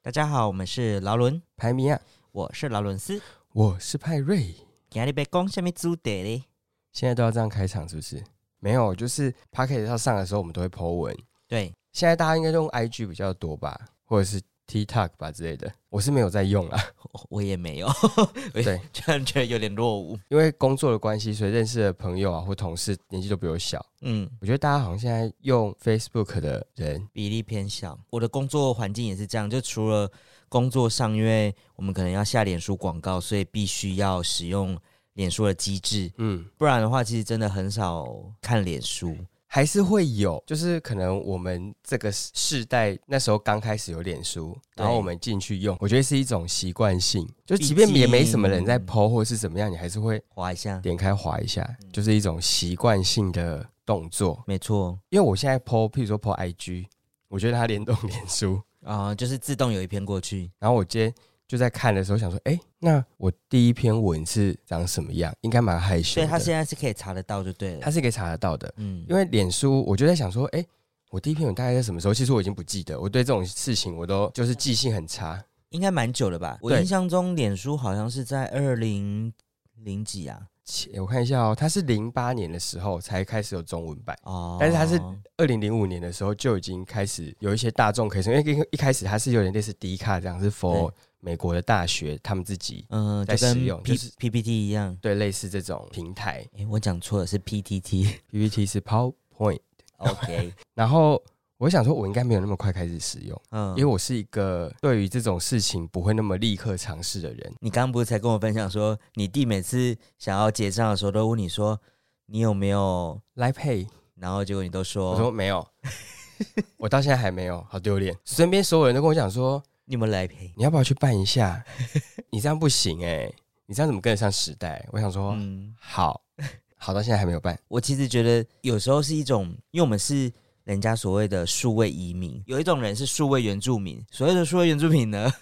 大家好，我们是劳伦，排名啊，我是劳伦斯。我是派瑞。今日被讲什么主题嘞？现在都要这样开场是不是？没有，就是 p a c k e t 要上的时候，我们都会 Po 文。对，现在大家应该都用 IG 比较多吧，或者是 TikTok 吧之类的。我是没有在用啊，我 我也没有，对， 突然觉得有点落伍。因为工作的关系，所以认识的朋友啊或同事年纪都比我小。嗯，我觉得大家好像现在用 Facebook 的人，比例偏小。我的工作环境也是这样，就除了工作上，因为我们可能要下脸书广告，所以必须要使用脸书的机制，嗯，不然的话，其实真的很少看脸书。还是会有，就是可能我们这个世代那时候刚开始有脸书，对然后我们进去用，我觉得是一种习惯性，就即便也没什么人在毕竟 Po 或是怎么样，你还是会划一下，点开滑一下，嗯就是一种习惯性的动作。没错因为我现在 PO，譬如说 PO IG，我觉得它联动 脸书，啊、就是自动有一篇过去。然后我今天就在看的时候想说，哎、那我第一篇文是长什么样？应该蛮害羞所以的。它现在是可以查得到，就对了。它是可以查得到的，嗯，因为脸书我就在想说，哎、我第一篇文大概在什么时候？其实我已经不记得，我对这种事情我都就是记性很差。应该蛮久了吧？我对印象中，脸书好像是在二零零几啊，切我看一下哦，它是零八年的时候才开始有中文版。哦，但是它是二零零五年的时候就已经开始有一些大众可以使用，因为一一开始它是有点类似迪卡这样，是 for 美国的大学他们自己嗯、在就使跟用 P、就是 PPT 一样。对类似这种平台诶，我讲错了，是 PTT。 ，PPT 是 PowerPoint。 OK，然后我想说，我应该没有那么快开始使用， 嗯，因为我是一个对于这种事情不会那么立刻尝试的人。你刚刚不是才跟我分享说，你弟每次想要结账的时候都问你说你有没有，来 pay，然后结果你都我说说没有， 我到现在还没有，好丢脸。身边所有人都跟我讲说，你们来陪。你要不要去办一下？ 你这样不行哎、你这样怎么跟得上时代？我想说，嗯，好好到现在还没有办。我其实觉得有时候是一种，因为我们是人家所谓的数位移民，有一种人是数位原住民。所谓的数位原住民呢，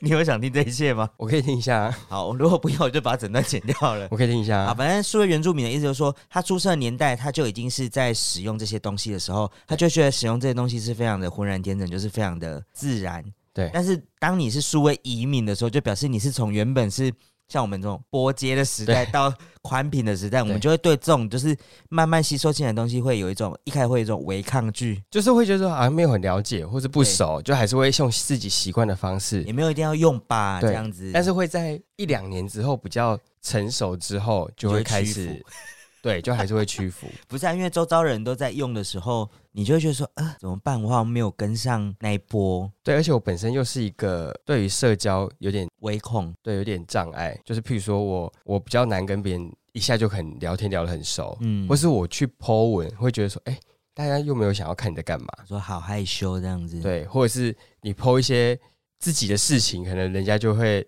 你有想听这一切吗？我可以听一 下啊，好，如果不要，我就把整段剪掉了。我可以听一下啊，啊。反正数位原住民的意思就是说，他出生的年代，他就已经是在使用这些东西的时候，他就觉得使用这些东西是非常的浑然天成，就是非常的自然。对但是当你是数位移民的时候，就表示你是从原本是像我们这种波接的时代对到宽频的时代，我们对就会对这种就是慢慢吸收进来的东西，会有一种一开始会有一种违抗拒，就是会觉得说好像没有很了解，或是不熟，就还是会用自己习惯的方式也，没有一定要用吧，对这样子。但是会在一两年之后比较成熟之后，就就会会开屈始， 对，就还是会 屈服。不是、啊、因为周遭人都在用的时候，你就会觉得说，呃，怎么办？我好像没有跟上那一波对，而且我本身又是一个对于社交有点微控。对有点障碍，就是譬如说我我比较难跟别人一下就很聊天聊得很熟，嗯，或是我去 Po 文会觉得说，哎、大家又没有想要看你在干嘛，嗯说好害羞这样子。，对，或者是你 PO 一些自己的事情，可能人家就会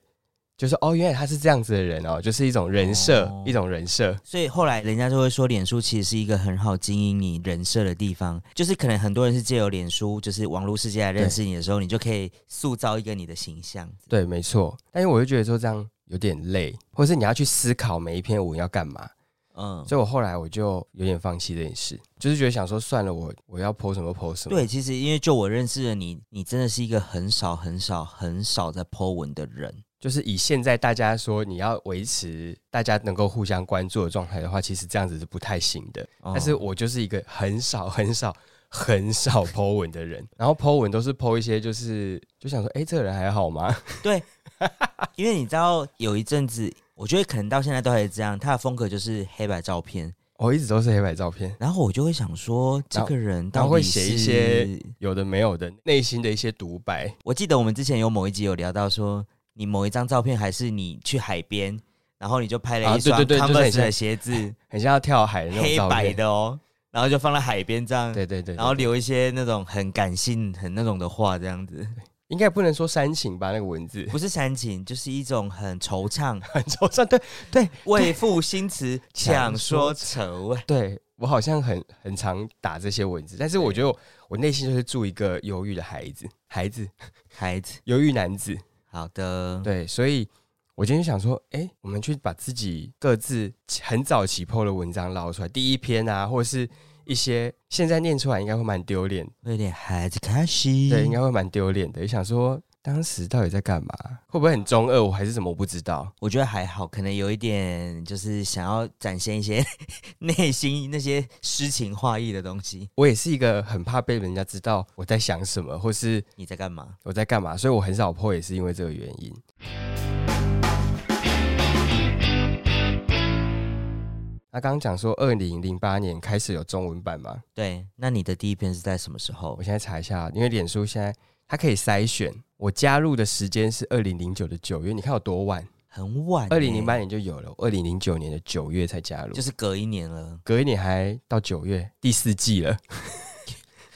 就是哦，原来他是这样子的人哦，就是一种人设，哦一种人设。所以后来人家就会说，脸书其实是一个很好经营你人设的地方，就是可能很多人是借由脸书，就是网络世界来认识你的时候，你就可以塑造一个你的形象。对，没错。但是我就觉得说这样有点累，或是你要去思考每一篇文要干嘛，嗯，所以我后来我就有点放弃这件事，就是觉得想说算了，我我要 PO 什么 PO 什么。对，其实因为就我认识的你，你真的是一个很少、很少、很少在 Po 文的人。就是以现在大家说你要维持大家能够互相关注的状态的话，其实这样子是不太行的。哦但是我就是一个很少、很少、很少 Po 文的人，然后 Po 文都是 Po 一些，就是就想说，哎、这个人还好吗？ 啊因为你知道，有一阵子，我觉得可能到现在都还是这样，他的风格就是黑白照片，我、一直都是黑白照片，然后我就会想说，这然后个人到然底后会写一些是有的没有的，内心的一些独白。我记得我们之前有某一集有聊到说，你某一张照片还是你去海边，然后你就拍了啊一双对对对就是很 Converse 像的鞋 子，很像要跳海的那种黑照白片，的哦，然后就放在海边这样，对对对，然后对留一些那种很感性、很那种的话，这样 子，应该不能说煽情吧，那个文字 ，不是煽情，就是一种很惆怅很抽象。对为赋新词强强说说愁啊。对，我好像很很常打这些文字，但是我觉得我我内心就是住一个忧郁的孩子， 孩子孩子，忧郁男子。好的，对，所以我今天想说，哎、我们去把自己各自很早起 PO 的文章捞出来，第一篇啊，或者是一些现在念出来应该会蛮丢脸，我有点孩子开心，对，应该会蛮丢脸的。也想说，当时到底在干嘛？会不会很中二？我还是什么？我不知道。我觉得还好，可能有一点就是想要展现一些 内心那些诗情画意的东西。我也是一个很怕被人家知道我在想什么，或是你在干嘛？我在干嘛，所以我很少 po，也是因为这个原因。那刚刚讲说，二零零八年开始有中文版嘛？对，那你的第一篇是在什么时候我？现在查一下，因为脸书现在它可以筛选。我加入的时间是二零零九的九月，你看有多晚？很晚、欸二零零八，年就有了，二零零九年的九月才加入，就是隔一年了。隔一年还到九月第四季了。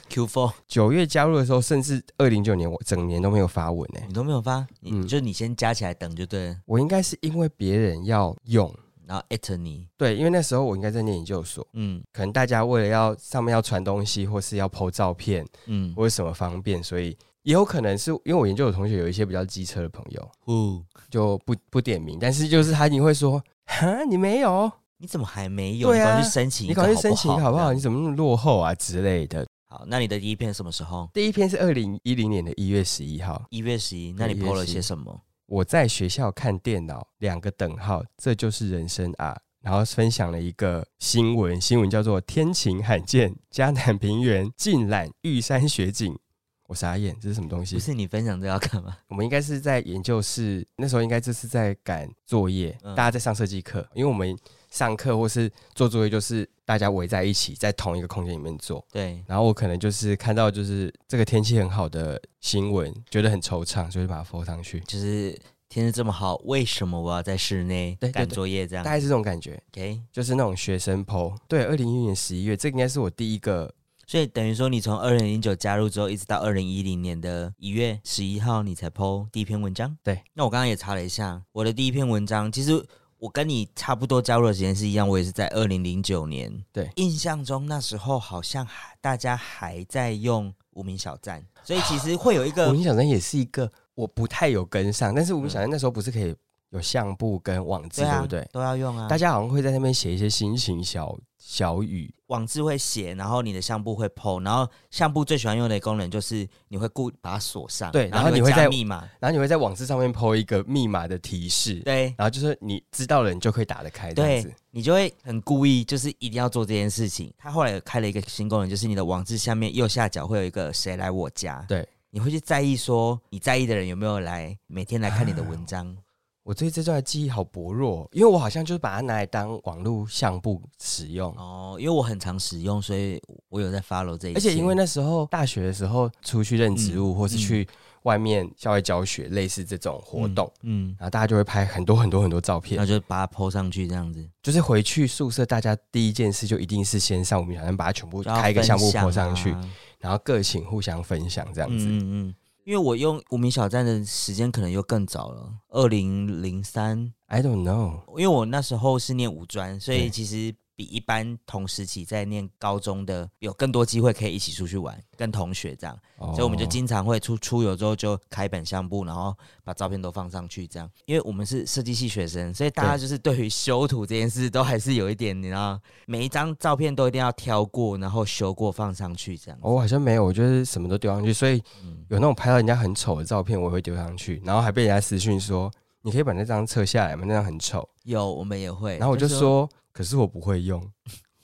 Q four 九月加入的时候，甚至二零九年我整年都没有发文呢、你都没有发，你、嗯就你先加起来等就对了，我应该是因为别人要用，然后艾特你，对，因为那时候我应该在念研究所，嗯可能大家为了要上面要传东西，或是要 PO 照片，嗯，或者什么方便，所以也有可能是因为我研究所同学有一些比较机车的朋友，呼，就不不点名，但是就是他一定会说：“哈，你没有，你怎么还没有？对啊你赶快去申请，你赶快去申请好不好？这你样怎么那么落后啊之类的。好，那你的第一篇什么时候”？第一篇是二零一零年的一月十一号，一月十一，那你对 PO 1月了11些什么？我在学校看电脑，两个等号，这就是人生啊。然后分享了一个新闻，新闻叫做“天晴罕见，嘉南平原尽览玉山雪景”。我傻眼，这是什么东西不？是你分享这要干嘛？我们应该是在研究室，那时候应该就是在赶作业，嗯大家在上设计课，因为我们上课或是做作业，就是大家围在一起，在同一个空间里面做。对，然后我可能就是看到就是这个天气很好的新闻，觉得很惆怅，所以就把它发上去，就是天气这么好，为什么我要在室内对对赶对作业这样大概是这种感觉， ？OK，就是那种学生 PO。对，二零一一年十一月，这个应该是我第一个，所以等于说你从二零零九加入之后，一直到二零一零年的一月十一号，你才 PO 第一篇文章。对，那我刚刚也查了一下，我的第一篇文章其实。我跟你差不多加入的时间是一样，我也是在二零零九年。对印象中那时候好像还大家还在用无名小站，所以其实会有一啊无个名小站也是一个我不太有跟上，但是无名嗯小站那时候不是可以有相簿跟网志，对对,、啊，不对？都要用啊。大家好像会在那边写一些心情小小语，网志会写，然后你的相簿会 PO，然后相簿最喜欢用的功能就是你会固把它锁上，对然然后你会会加在密码，然后你会在网志上面 PO 一个密码的提示，对然后就是你知道了，你就可以打得开这样对子。，你就会很故意，就是一定要做这件事情。他后来有开了一个新功能，就是你的网志下面右下角会有一个“谁来我家”，对，你会去在意说你在意的人有没有来每天来看你的文章，我对这段的记忆好薄弱哦，因为我好像就是把它拿来当网络相簿使用，哦，因为我很常使用，所以我有在 follow 这一些，嗯而且因为那时候大学的时候出去认职务，或是去外面校外教学，类似这种活动。嗯，嗯，然后大家就会拍很多很多很多照那片，就把它 PO 上去这样子，就是回去宿舍，大家第一件事就一定是先上我们小站，把它全部就要开一个项目分享 po 上去，啊然后各请互相分享这样子。嗯嗯嗯，因为我用无名小站的时间可能又更早了，二零零三， I don't know，因为我那时候是念五专，所以对其实比一般同时期在念高中的有更多机会可以一起出去玩，跟同学这样，所以我们就哦经常会出出游之后就开本相簿，然后把照片都放上去这样。因为我们是设计系学生，所以大家就是对于修图这件事都还是有一点，你知道，每一张照片都一定要挑过，然后修过放上去这样。哦，我好像没有，我就是什么都丢上去，所以嗯，有那种拍到人家很丑的照片，我也会丢上去，然后还被人家私讯说，你可以把那张撤下来吗？那张很丑。有我们也会，然后我就说，可是我不会用，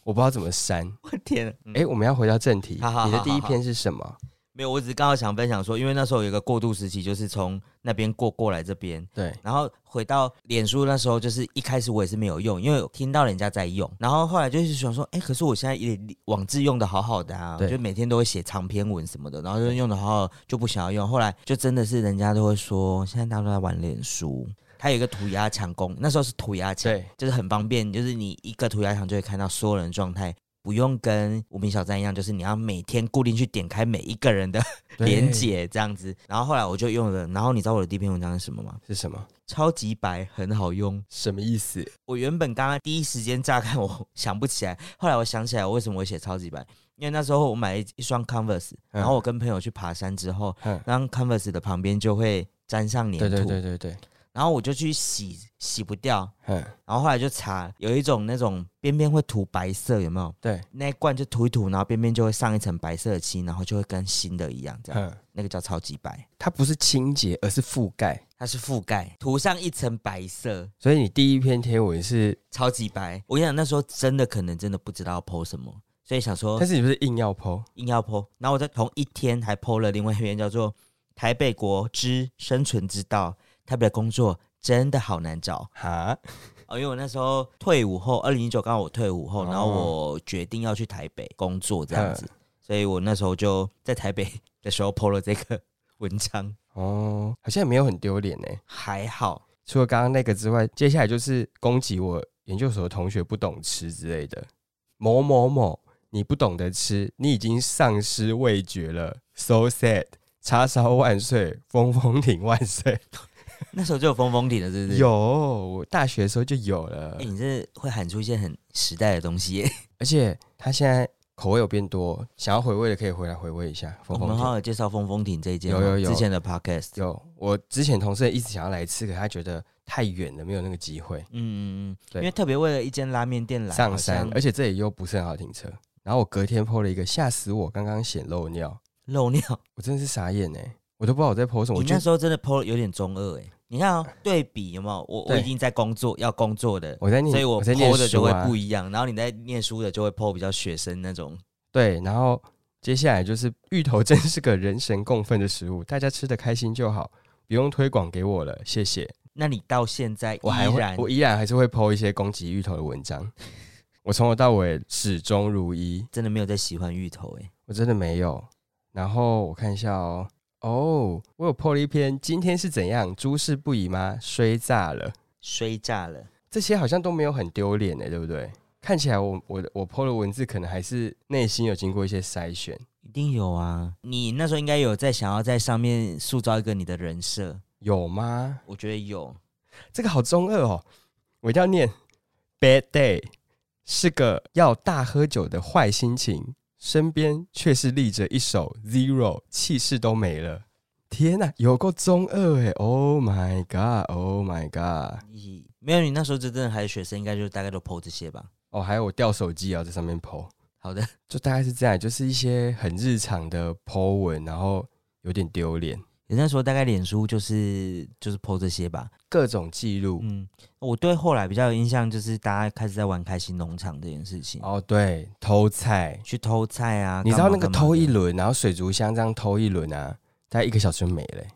我不知道怎么删。 天啊，嗯哎、我们要回到正题，好好好你的第一好篇是什么？没有，我只是刚好想分享说，因为那时候有一个过渡时期，就是从那边过过来这边，对，然后回到脸书那时候，就是一开始我也是没有用，因为我听到人家在用，然后后来就是想说，哎，可是我现在也网志用的好好的啊，对就每天都会写长篇文什么的，然后就用的好好，就不想要用。后来就真的是人家都会说，现在大家都在玩脸书，它有一个涂鸦墙功，那时候是涂鸦墙，对，就是很方便，就是你一个涂鸦墙就会看到所有人的状态。不用跟无名小站一样，就是你要每天固定去点开每一个人的 对连接这样子。然后后来我就用了，然后你知道我的第一篇文章是什么吗？是什么？超级白，很好用。什么意思？我原本刚刚第一时间乍看我想不起来，后来我想起来我为什么会写超级白，因为那时候我买了一一双 Converse，嗯然后我跟朋友去爬山之后，嗯那双 Converse 的旁边就会沾上粘对对土，对对对，然后我就去洗，洗不掉，嗯，然后后来就查有一种那种边边会涂白色，有没有？对，那一罐就涂一涂，然后边边就会上一层白色的漆，然后就会跟新的一样，这样、嗯，那个叫超级白，它不是清洁，而是覆盖。它是覆盖涂上一层白色，所以你第一篇贴文是，超级白。我跟你讲，那时候真的可能真的不知道要 PO 什么，所以想说但是你不是硬要剖？硬要 PO，然后我在同一天还 PO 了另外一篇叫做《台北国之生存之道》，台北的工作真的好难找。哈，哦，因为我那时候退伍后，二零一九刚好我退伍后，哦然后我决定要去台北工作这样子嗯，所以我那时候就在台北的时候 PO 了这个文章，哦，好像也没有很丢脸呢。还好除了刚刚那个之外，接下来就是攻击我研究所的同学不懂吃之类的。某某某，你不懂得吃，你已经丧失味觉了，so sad。叉烧万岁，风风顶万 岁！那时候就有风风顶了，是不是？有，我大学的时候就有了哎、，你这会喊出一些很时代的东西耶。而且它现在口味有变多，想要回味的可以回来回味一下。我们风风好顶好介绍风风顶这一件有吗，有有之前的 podcast，有，我之前同事一直想要来吃，可他觉得太远了，没有那个机会嗯嗯嗯，对因为特别为了一间拉面店来上好山哎像，而且这里又不是很好停车。然后我隔天 PO 了一个，吓死我，刚刚显漏尿。漏尿。我真的是傻眼哎、我都不知道我在 PO 什么，我你就那时候真的 PO 有点中二哎、你看、哦、对比有没有？我我对已经在工作要工作的，我在念，所以我我在念 PO 的就会书啊不一样，然后你在念书的就会 PO 比较学生那种。对，然后接下来就是芋头真是个人神共愤的食物，大家吃的开心就好，不用推广给我了，谢谢。那你到现在依我还会然，我依然还是会 PO 一些攻击芋头的文章，我从头到尾始终如一，真的没有在喜欢芋头哎、我真的没有。然后我看一下哦，哦，我有 PO 了一篇，今天是怎样，诸事不宜吗？衰炸了。衰炸了。这些好像都没有很丢脸欸的，对不对？看起来我我的我 PO 的文字可能还是内心有经过一些筛选，一定有啊！你那时候应该有在想要在上面塑造一个你的人设，有吗？我觉得有。这个好中二哦，我一定要念。Bad day 是个要大喝酒的坏心情，身边却是立着一手 zero，气势都没了。天呐，有够中二哎！Oh my god，Oh my god！你没有，你那时候真正还是学生，应该就大概都 PO 这些吧。哦，还有我掉手机也要在上面 PO。好的， 就大概是这样，就是一些很日常的 Po 文，然后有点丢脸，你那时候大概脸书就是就是 PO 这些吧。各种记录。嗯，我对后来比较有印象就是大家开始在玩开心农场这件事情，哦，对，偷菜，去偷菜啊。你知道干那嘛个干嘛偷的一轮，然后水族箱这样偷一轮啊，大概一个小时就没了欸、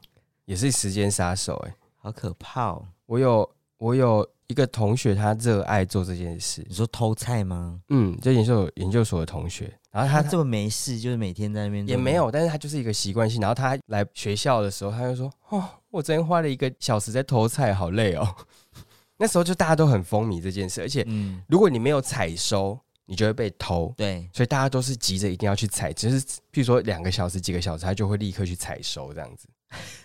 也是时间杀手哎、好可怕哦！我有我有一个同学，他热爱做这件事，你说偷菜吗？嗯，就研究所研究所的同学，然后他他这么没事，就是每天在那边也做没有，但是他就是一个习惯性，然后他来学校的时候，他就说：“哦，我昨天花了一个小时在偷菜，好累哦。” 那时候就大家都很风靡这件事，而且嗯，如果你没有采收，你就会被偷，对，所以大家都是急着一定要去采，只是譬如说两个小时、几个小时，他就会立刻去采收这样子。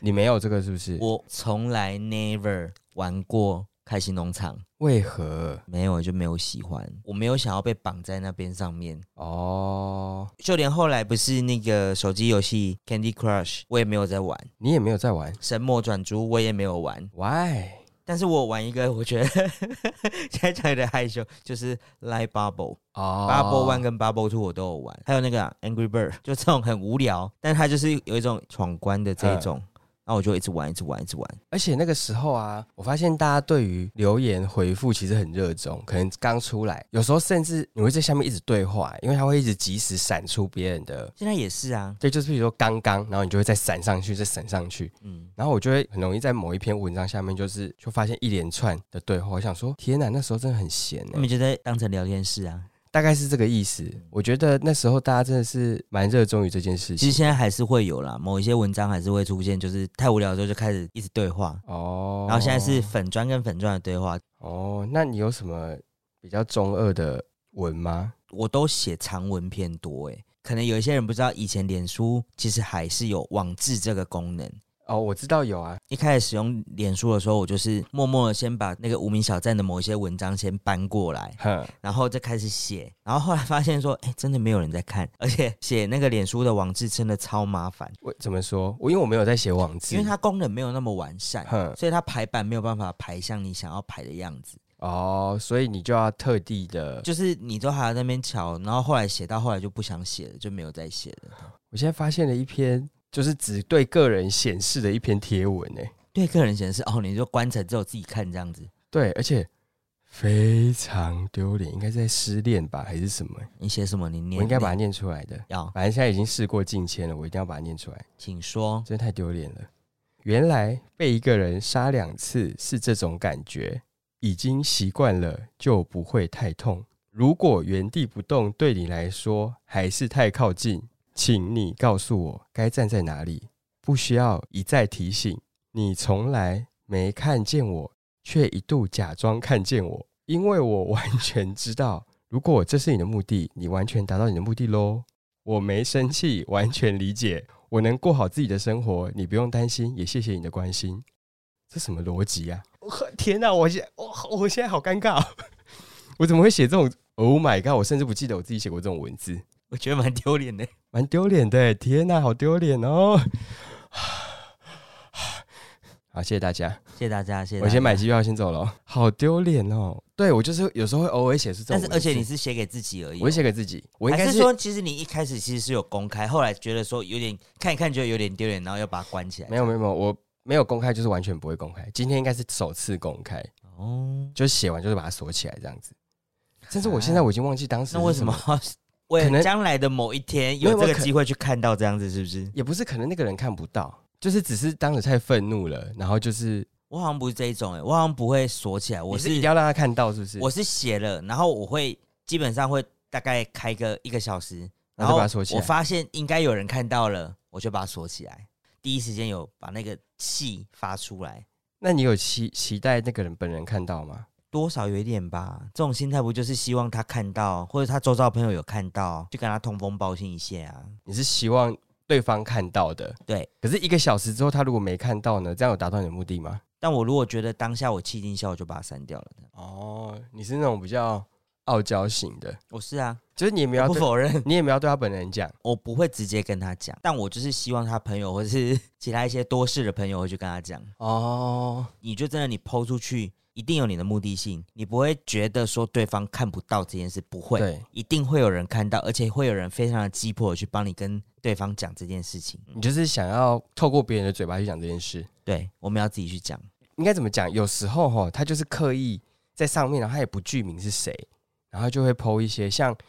你没有这个是不是？我从来 never 玩过开心农场，为何？没有就没有喜欢，我没有想要被绑在那边上面。哦，就连后来不是那个手机游戏 Candy Crush，我也没有在玩，你也没有在玩神魔转珠我也没有玩， ，Why？但是我有玩一个，我觉得 现在讲有点害羞，就是 Light Bubble、哦 Bubble One 跟 Bubble Two 我都有玩，还有那个啊、Angry Bird，就这种很无聊，但它就是有一种闯关的这一种，嗯那我就一直玩，一直玩，一直玩。而且那个时候啊，我发现大家对于留言回复其实很热衷，可能刚出来，有时候甚至你会在下面一直对话，因为它会一直及时闪出别人的。现在也是啊，对，就是比如说刚刚，然后你就会再闪上去，再闪上去，嗯，然后我就会很容易在某一篇文章下面，就是就发现一连串的对话。我想说，天哪，那时候真的很闲他欸，们就在当成聊天室啊。大概是这个意思。我觉得那时候大家真的是蛮热衷于这件事其实情。现在还是会有啦，某一些文章还是会出现，就是太无聊的时候就开始一直对话，哦，然后现在是粉砖跟粉砖的对话，哦，那你有什么比较中二的文吗？我都写长文欸偏多诶、可能有一些人不知道，以前脸书其实还是有网志这个功能，哦，我知道有啊，一开始使用脸书的时候，我就是默默的先把那个无名小站的某一些文章先搬过来， 哼，然后再开始写，然后后来发现说，哎、真的没有人在看，而且写那个脸书的网志真的超麻烦，我怎么说？我因为我没有在写网志，因为它功能没有那么完善，哼所以它排版没有办法排像你想要排的样子，哦，所以你就要特地的，就是你都还在那边瞧，然后后来写到后来就不想写了，就没有再写了。我现在发现了一篇，就是只对个人显示的一篇贴文欸诶、对个人显示哦，你就关成只有自己看这样子，对，而且非常丢脸，应该是在失恋吧，还是什么欸、你写什么你念，我应该把它念出来的。要，反正现在已经事过境迁了，我一定要把它念出来，请说， 真的太丢脸了。原来被一个人杀两次是这种感觉，已经习惯了就不会太痛。如果原地不动对你来说还是太靠近，请你告诉我该站在哪里，不需要一再提醒。你从来没看见我，却一度假装看见我，因为我完全知道，如果这是你的目的，你完全达到你的目的喽。我没生气，完全理解，我能过好自己的生活，你不用担心，也谢谢你的关心。这什么逻辑啊？我天哪、我现在我我现在好尴尬， 我怎么会写这种？Oh my god！我甚至不记得我自己写过这种文字，我觉得蛮丢脸的。蛮丢脸的。欸天哪、好丢脸哦！ 好，谢谢大家。谢谢大家，谢谢。我先买，机票，先走了哦，好丢脸哦。对我就是有时候会偶尔写出这种但文是字，而且你是写给自己而已哦、我会写给自己，我应还该是说，其实你一开始其实是有公开，后来觉得说有点看一看觉得有点丢脸，然后要把它关起来。没有没有没有，我没有公开，就是完全不会公开。今天应该是首次公开，哦，就写完就是把它锁起来这样子。甚至我现在我已经忘记当时啊那是为什么要为可能了将来的某一天没有有这个可机会去看到这样子，是不是？也不是可能那个人看不到，就是只是当时太愤怒了，然后就是我好像不是这一种哎、我好像不会锁起来，我你是是一定要让他看到，是不是？我是写了，然后我会基本上会大概开个一个小时，然然后就后把它锁起来我发现应该有人看到了，我就把它锁起来，第一时间有把那个气发出来。那你有期期待那个人本人看到吗？多少有一点吧，这种心态不就是希望他看到，或者他周遭的朋友有看到，就跟他通风报信一下啊？你是希望对方看到的，对。可是一个小时之后，他如果没看到呢？这样有达到你的目的吗？但我如果觉得当下我气定消，我就把它删掉了。哦，你是那种比较傲娇型的，我是啊，就是你也没有我要不对，否认，你也没有要对他本人讲。我不会直接跟他讲，但我就是希望他朋友或者是 其他一些多事的朋友会去跟他讲。哦，你就真的你抛出去，一定有你的目的性，你不会觉得说对方看不到这件事，不会，对，一定会有人看到，而且会有人非常的急迫的去帮你跟对方讲这件事情。你就是想要透过别人的嘴巴去讲这件事，对，我们要自己去讲。应该怎么讲？有时候哈，他就是刻意在上面，然后他也不具名是谁，然后就会剖一些像，譬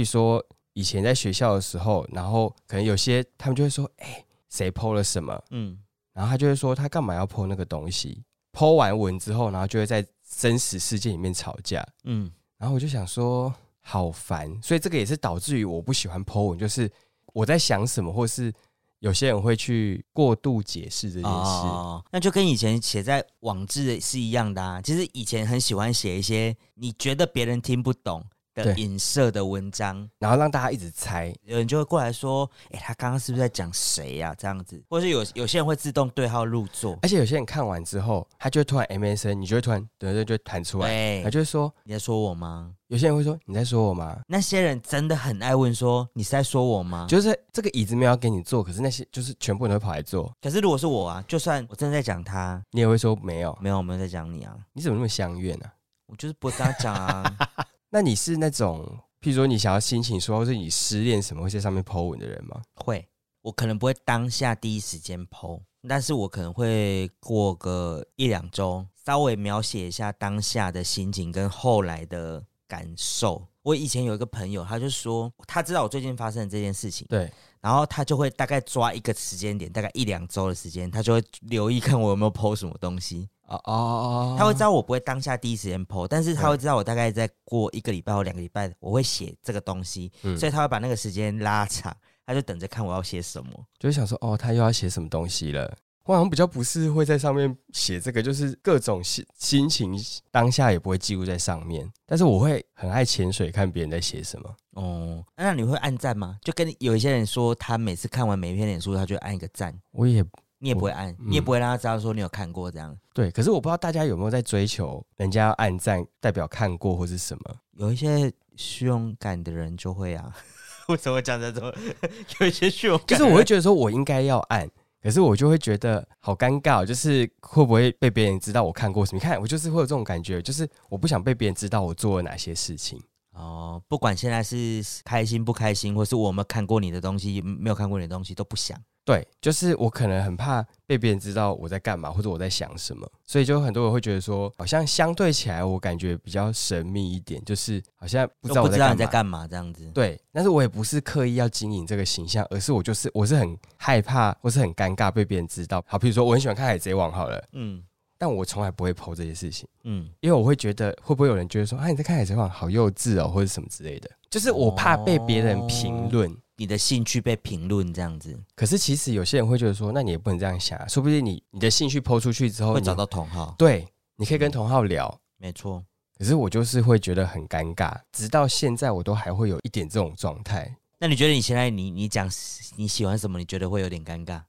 如说以前在学校的时候，然后可能有些他们就会说，哎、谁剖了什么，嗯，然后他就会说他干嘛要剖那个东西，剖完文之后，然后就会在真实世界里面吵架，嗯，然后我就想说，好烦，所以这个也是导致于我不喜欢 Po 文，就是我在想什么，或是有些人会去过度解释这件事。哦，那就跟以前写在网志是一样的啊。其实以前很喜欢写一些你觉得别人听不懂的对影射的文章，然后让大家一直猜，有人就会过来说：“哎、他刚刚是不是在讲谁呀？”这样子，或是有有些人会自动对号入座。而且有些人看完之后，他就会突然 MSN，你就会突然对对就会弹出来，对他，就会说，哎你在说我吗？有些人会说你在说我吗？那些人真的很爱问说：“你是在说我吗？”就是这个椅子没有要给你坐，可是那些就是全部人都会跑来坐，可是如果是我啊，就算我真的在讲他，你也会说没有，没有，我没有在讲你啊，你怎么那么相怨啊？我就是不会跟他讲啊。那你是那种，譬如说你想要心情抒发，或是你失恋什么会在上面 Po 文的人吗？会，我可能不会当下第一时间剖，但是我可能会过个一两周，稍微描写一下当下的心情跟后来的感受。我以前有一个朋友，他就说他知道我最近发生的这件事情，对，然后他就会大概抓一个时间点，大概一两周的时间，他就会留意看我有没有剖什么东西。哦哦哦，他会知道我不会当下第一时间剖，但是他会知道我大概在过一个礼拜或两个礼拜，我会写这个东西，嗯所以他会把那个时间拉长，他就等着看我要写什么。就是想说，哦，他又要写什么东西了。我好像比较不是会在上面写这个，就是各种心心情当下也不会记录在上面，但是我会很爱潜水看别人在写什么。哦，那你会按赞吗？就跟有一些人说，他每次看完每一篇脸书，他就按一个赞。我也你也不会按，嗯你也不会让他知道说你有看过这样。对，可是我不知道大家有没有在追求人家要按赞代表看过或是什么。有一些虚荣感的人就会啊， 为什么会讲这种？ 有一些虚荣就感是的人，我会觉得说我应该要按，可是我就会觉得好尴尬哦，就是会不会被别人知道我看过什么？你看，我就是会有这种感觉，就是我不想被别人知道我做了哪些事情。哦，不管现在是开心不开心，或是我有没有看过你的东西，没有看过你的东西都不想。对，就是我可能很怕被别人知道我在干嘛或者我在想什么，所以就很多人会觉得说，好像相对起来我感觉比较神秘一点，就是好像不知都道我不知道在你在干干嘛。嘛这样子。对，但是我也不是刻意要经营这个形象，而是我就是我是很害怕，或是很尴尬被别人知道。好，比如说我很喜欢看《海贼王》好了，嗯但我从来不会 PO 这些事情，嗯，因为我会觉得会不会有人觉得说，啊，你在看《海贼王》好幼稚哦，或者什么之类的，就是我怕被别人哦评论。你的兴趣被评论这样子，可是其实有些人会觉得说，那你也不能这样想、啊，说不定你你的兴趣 PO 出去之后，会你找到同好。对，你可以跟同好聊。没错，可是我就是会觉得很尴尬，直到现在我都还会有一点这种状态。那你觉得你现在你你讲你喜欢什么？你觉得会有点尴尬？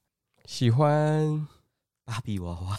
喜欢芭比娃娃、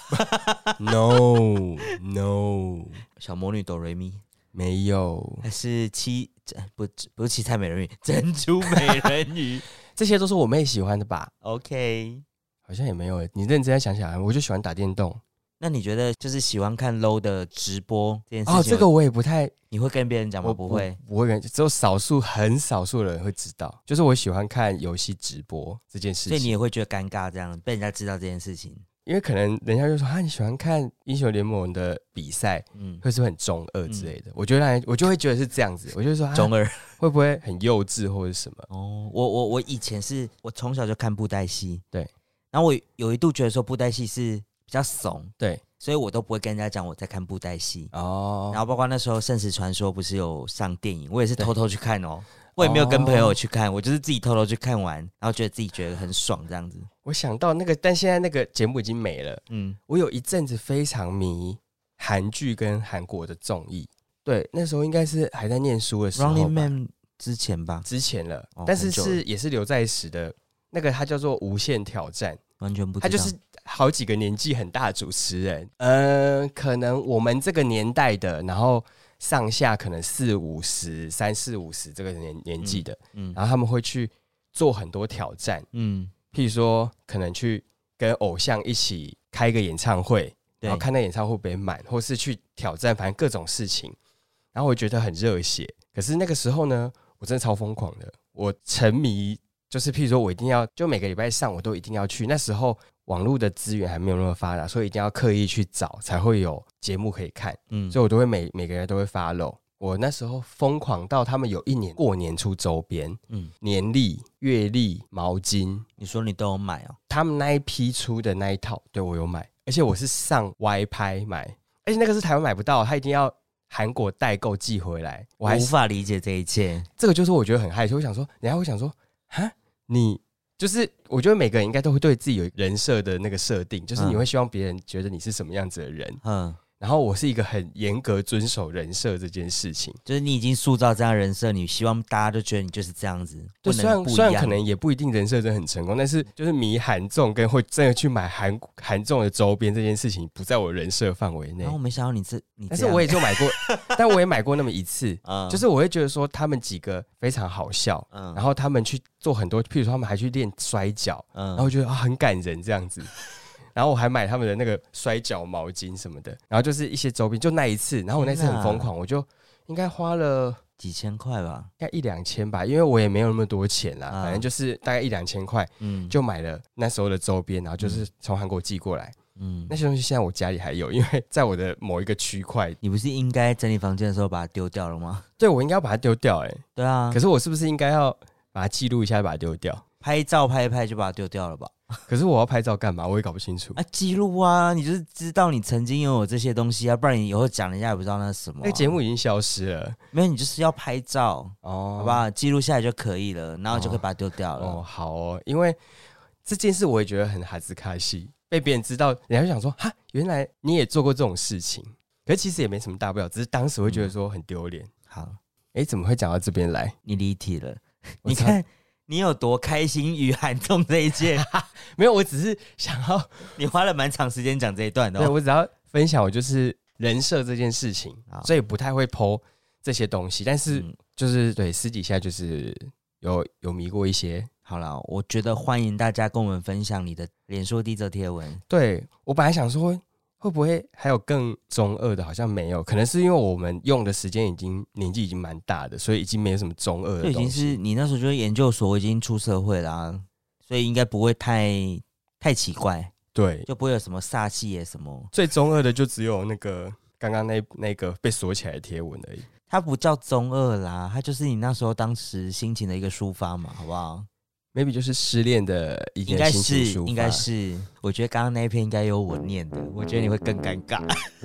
No No，小魔女哆瑞咪，没有，还是七呃不不是七彩美人鱼， 珍珠美人 鱼这些都是我妹喜欢的吧？ ？OK，好像也没有欸。你认真地想想啊，我就喜欢打电动那你觉得就是喜欢看 low 的直播这件事情有？哦。这个我也不太，你会跟别人讲吗？我不会，，我会跟只有少数很少数的人会知道，就是我喜欢看游戏直播这件事所以你情，也会觉得尴尬，这样被人家知道这件事情。因为可能人家就说啊，你喜欢看英雄联盟的比赛，嗯，会是不是很中二之类的？我觉得让人我就会觉得是这样子，我就会说、啊、中二。会不会很幼稚或者什么？哦，我我我以前是我从小就看布袋戏，对，然后我有一度觉得说布袋戏是比较怂，对，所以我都不会跟人家讲我在看布袋戏。哦然，后包括那时候《圣石传说》不是有上电影，我也是对哦偷偷去看哦，我也没有跟朋友去看，我就是自己偷偷去看完，然后觉得自己觉得很爽这样子。我想到那个，但现在那个节目已经没了。嗯，我有一阵子非常迷韩剧跟韩国的综艺，对，那时候应该是还在念书的《时候 Running 吧 Man》之前吧，之前了，哦但是很久是也是刘在石的那个，他叫做《无限挑战》，完全不知道。他就是好几个年纪很大的主持人，嗯、可能我们这个年代的，然后上下可能四五十、三四五十这个年年纪的，嗯然后他们会去做很多挑战，嗯，譬如说可能去跟偶像一起开一个演唱会，对然后，看那演唱会不会满，或是去挑战，反正各种事情。然后我觉得很热血，可是那个时候呢，我真的超疯狂的，我沉迷，就是譬如说我一定要，就每个礼拜上我都一定要去。那时候网络的资源还没有那么发达，所以一定要刻意去找，才会有节目可以看。嗯所以我都会每每个人都会发漏。我那时候疯狂到他们有一年过年出周边，嗯，年历、月历、毛巾，你说你都有买哦，他们那一批出的那一套，对我有买，而且我是上 Y 拍买，而且那个是台湾买不到，他一定要韩国代购寄回来。我我还无是法理解这一 切。这个就是我觉得很害羞，我想说，然后我想说，哈，你就是我觉得每个人应该都会对自己有人设的那个设定，就是你嗯会希望别人觉得你是什么样子的人。嗯，然后我是一个很严格遵守人设这件事情。就是你已经塑造这样的人设，你希望大家都觉得你就是这样子，对，不虽能然不一虽然样。可能也不一定人设真的很成功，但是就是迷韩综跟会真的去买韩韩综的周边这件事情，不在我人设范围内然后。我没想到你这，你但这是样我也就买 过，但我也买过那么一次，嗯就是我会觉得说他们几个非常好笑，嗯然后他们去做很多，譬如说他们还去练摔跤，嗯然后我觉得啊很感人这样子。然后我还买他们的那个摔跤毛巾什么的，然后就是一些周边，就那一次。然后我那次天很哪疯狂，我就应该花了。几千块吧，大概一两千吧，因为我也没有那么多钱啦，啊反正就是大概一两千块嗯，就买了那时候的周边，然后就是从韩国寄过来。嗯那，些东西现在我家里还有，因为在我的某一个区块，你不是应该整理房间的时候把它丢掉了吗？ 对我应该要把它丢掉哎、对啊，可是我是不是应该要把它记录一下，把它丢掉？拍照拍一拍就把它丢掉了吧？可是我要拍照干嘛？我也搞不 清楚。啊，记录啊，你就是知道你曾经拥有这些东西啊，不然你以后讲人家也不知道那是什么啊、那个节目已经消失了没有，你就是要拍照，哦好不？好？记录下来就可以了，然后就可以把它丢掉了。哦，好哦，因为这件事我也觉得很哈兹卡西，被别人知道，人家就想说哈，原来你也做过这种事情。可是其实也没什么大不了，只是当时会嗯觉得说很丢脸。好，哎，怎么会讲到这边来？ 你离题了。我你操，看，你有多开心与寒重这一件，没有，我只是想 要，你花了蛮长时间讲这一段的、对哦。我只要分享我就是人设这件事情，好所以不太会剖这些东西，但是嗯就是对私底下就是有有迷过一些。好了，我觉得欢迎大家跟我们分享你的脸书第一则贴文。对我本来想说会不会还有更中二的，好像没有，可能是因为我们用的时间已经年纪已经蛮大的，所以已经没有什么中二就的已经东西。是你那时候就是研究所，我已经出社会啦、所以应该不会太太奇怪，对，就不会有什么煞气也什么。最中二的就只有那个刚刚那那个被锁起来的贴文而已。它不叫中二啦，它就是你那时候当时心情的一个抒发嘛，好不好？ maybe 就是失恋的一应件该心情是抒，发应该是。我觉得刚刚那一篇应该有我念的，我觉得你会更尴尬。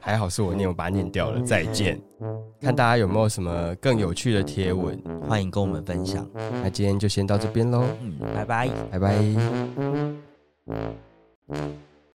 还好是我念，我把它念掉了。再见，看大家有没有什么更有趣的贴文。欢迎跟我们分享，嗯那今天就先到这边喽，嗯，拜拜。拜拜。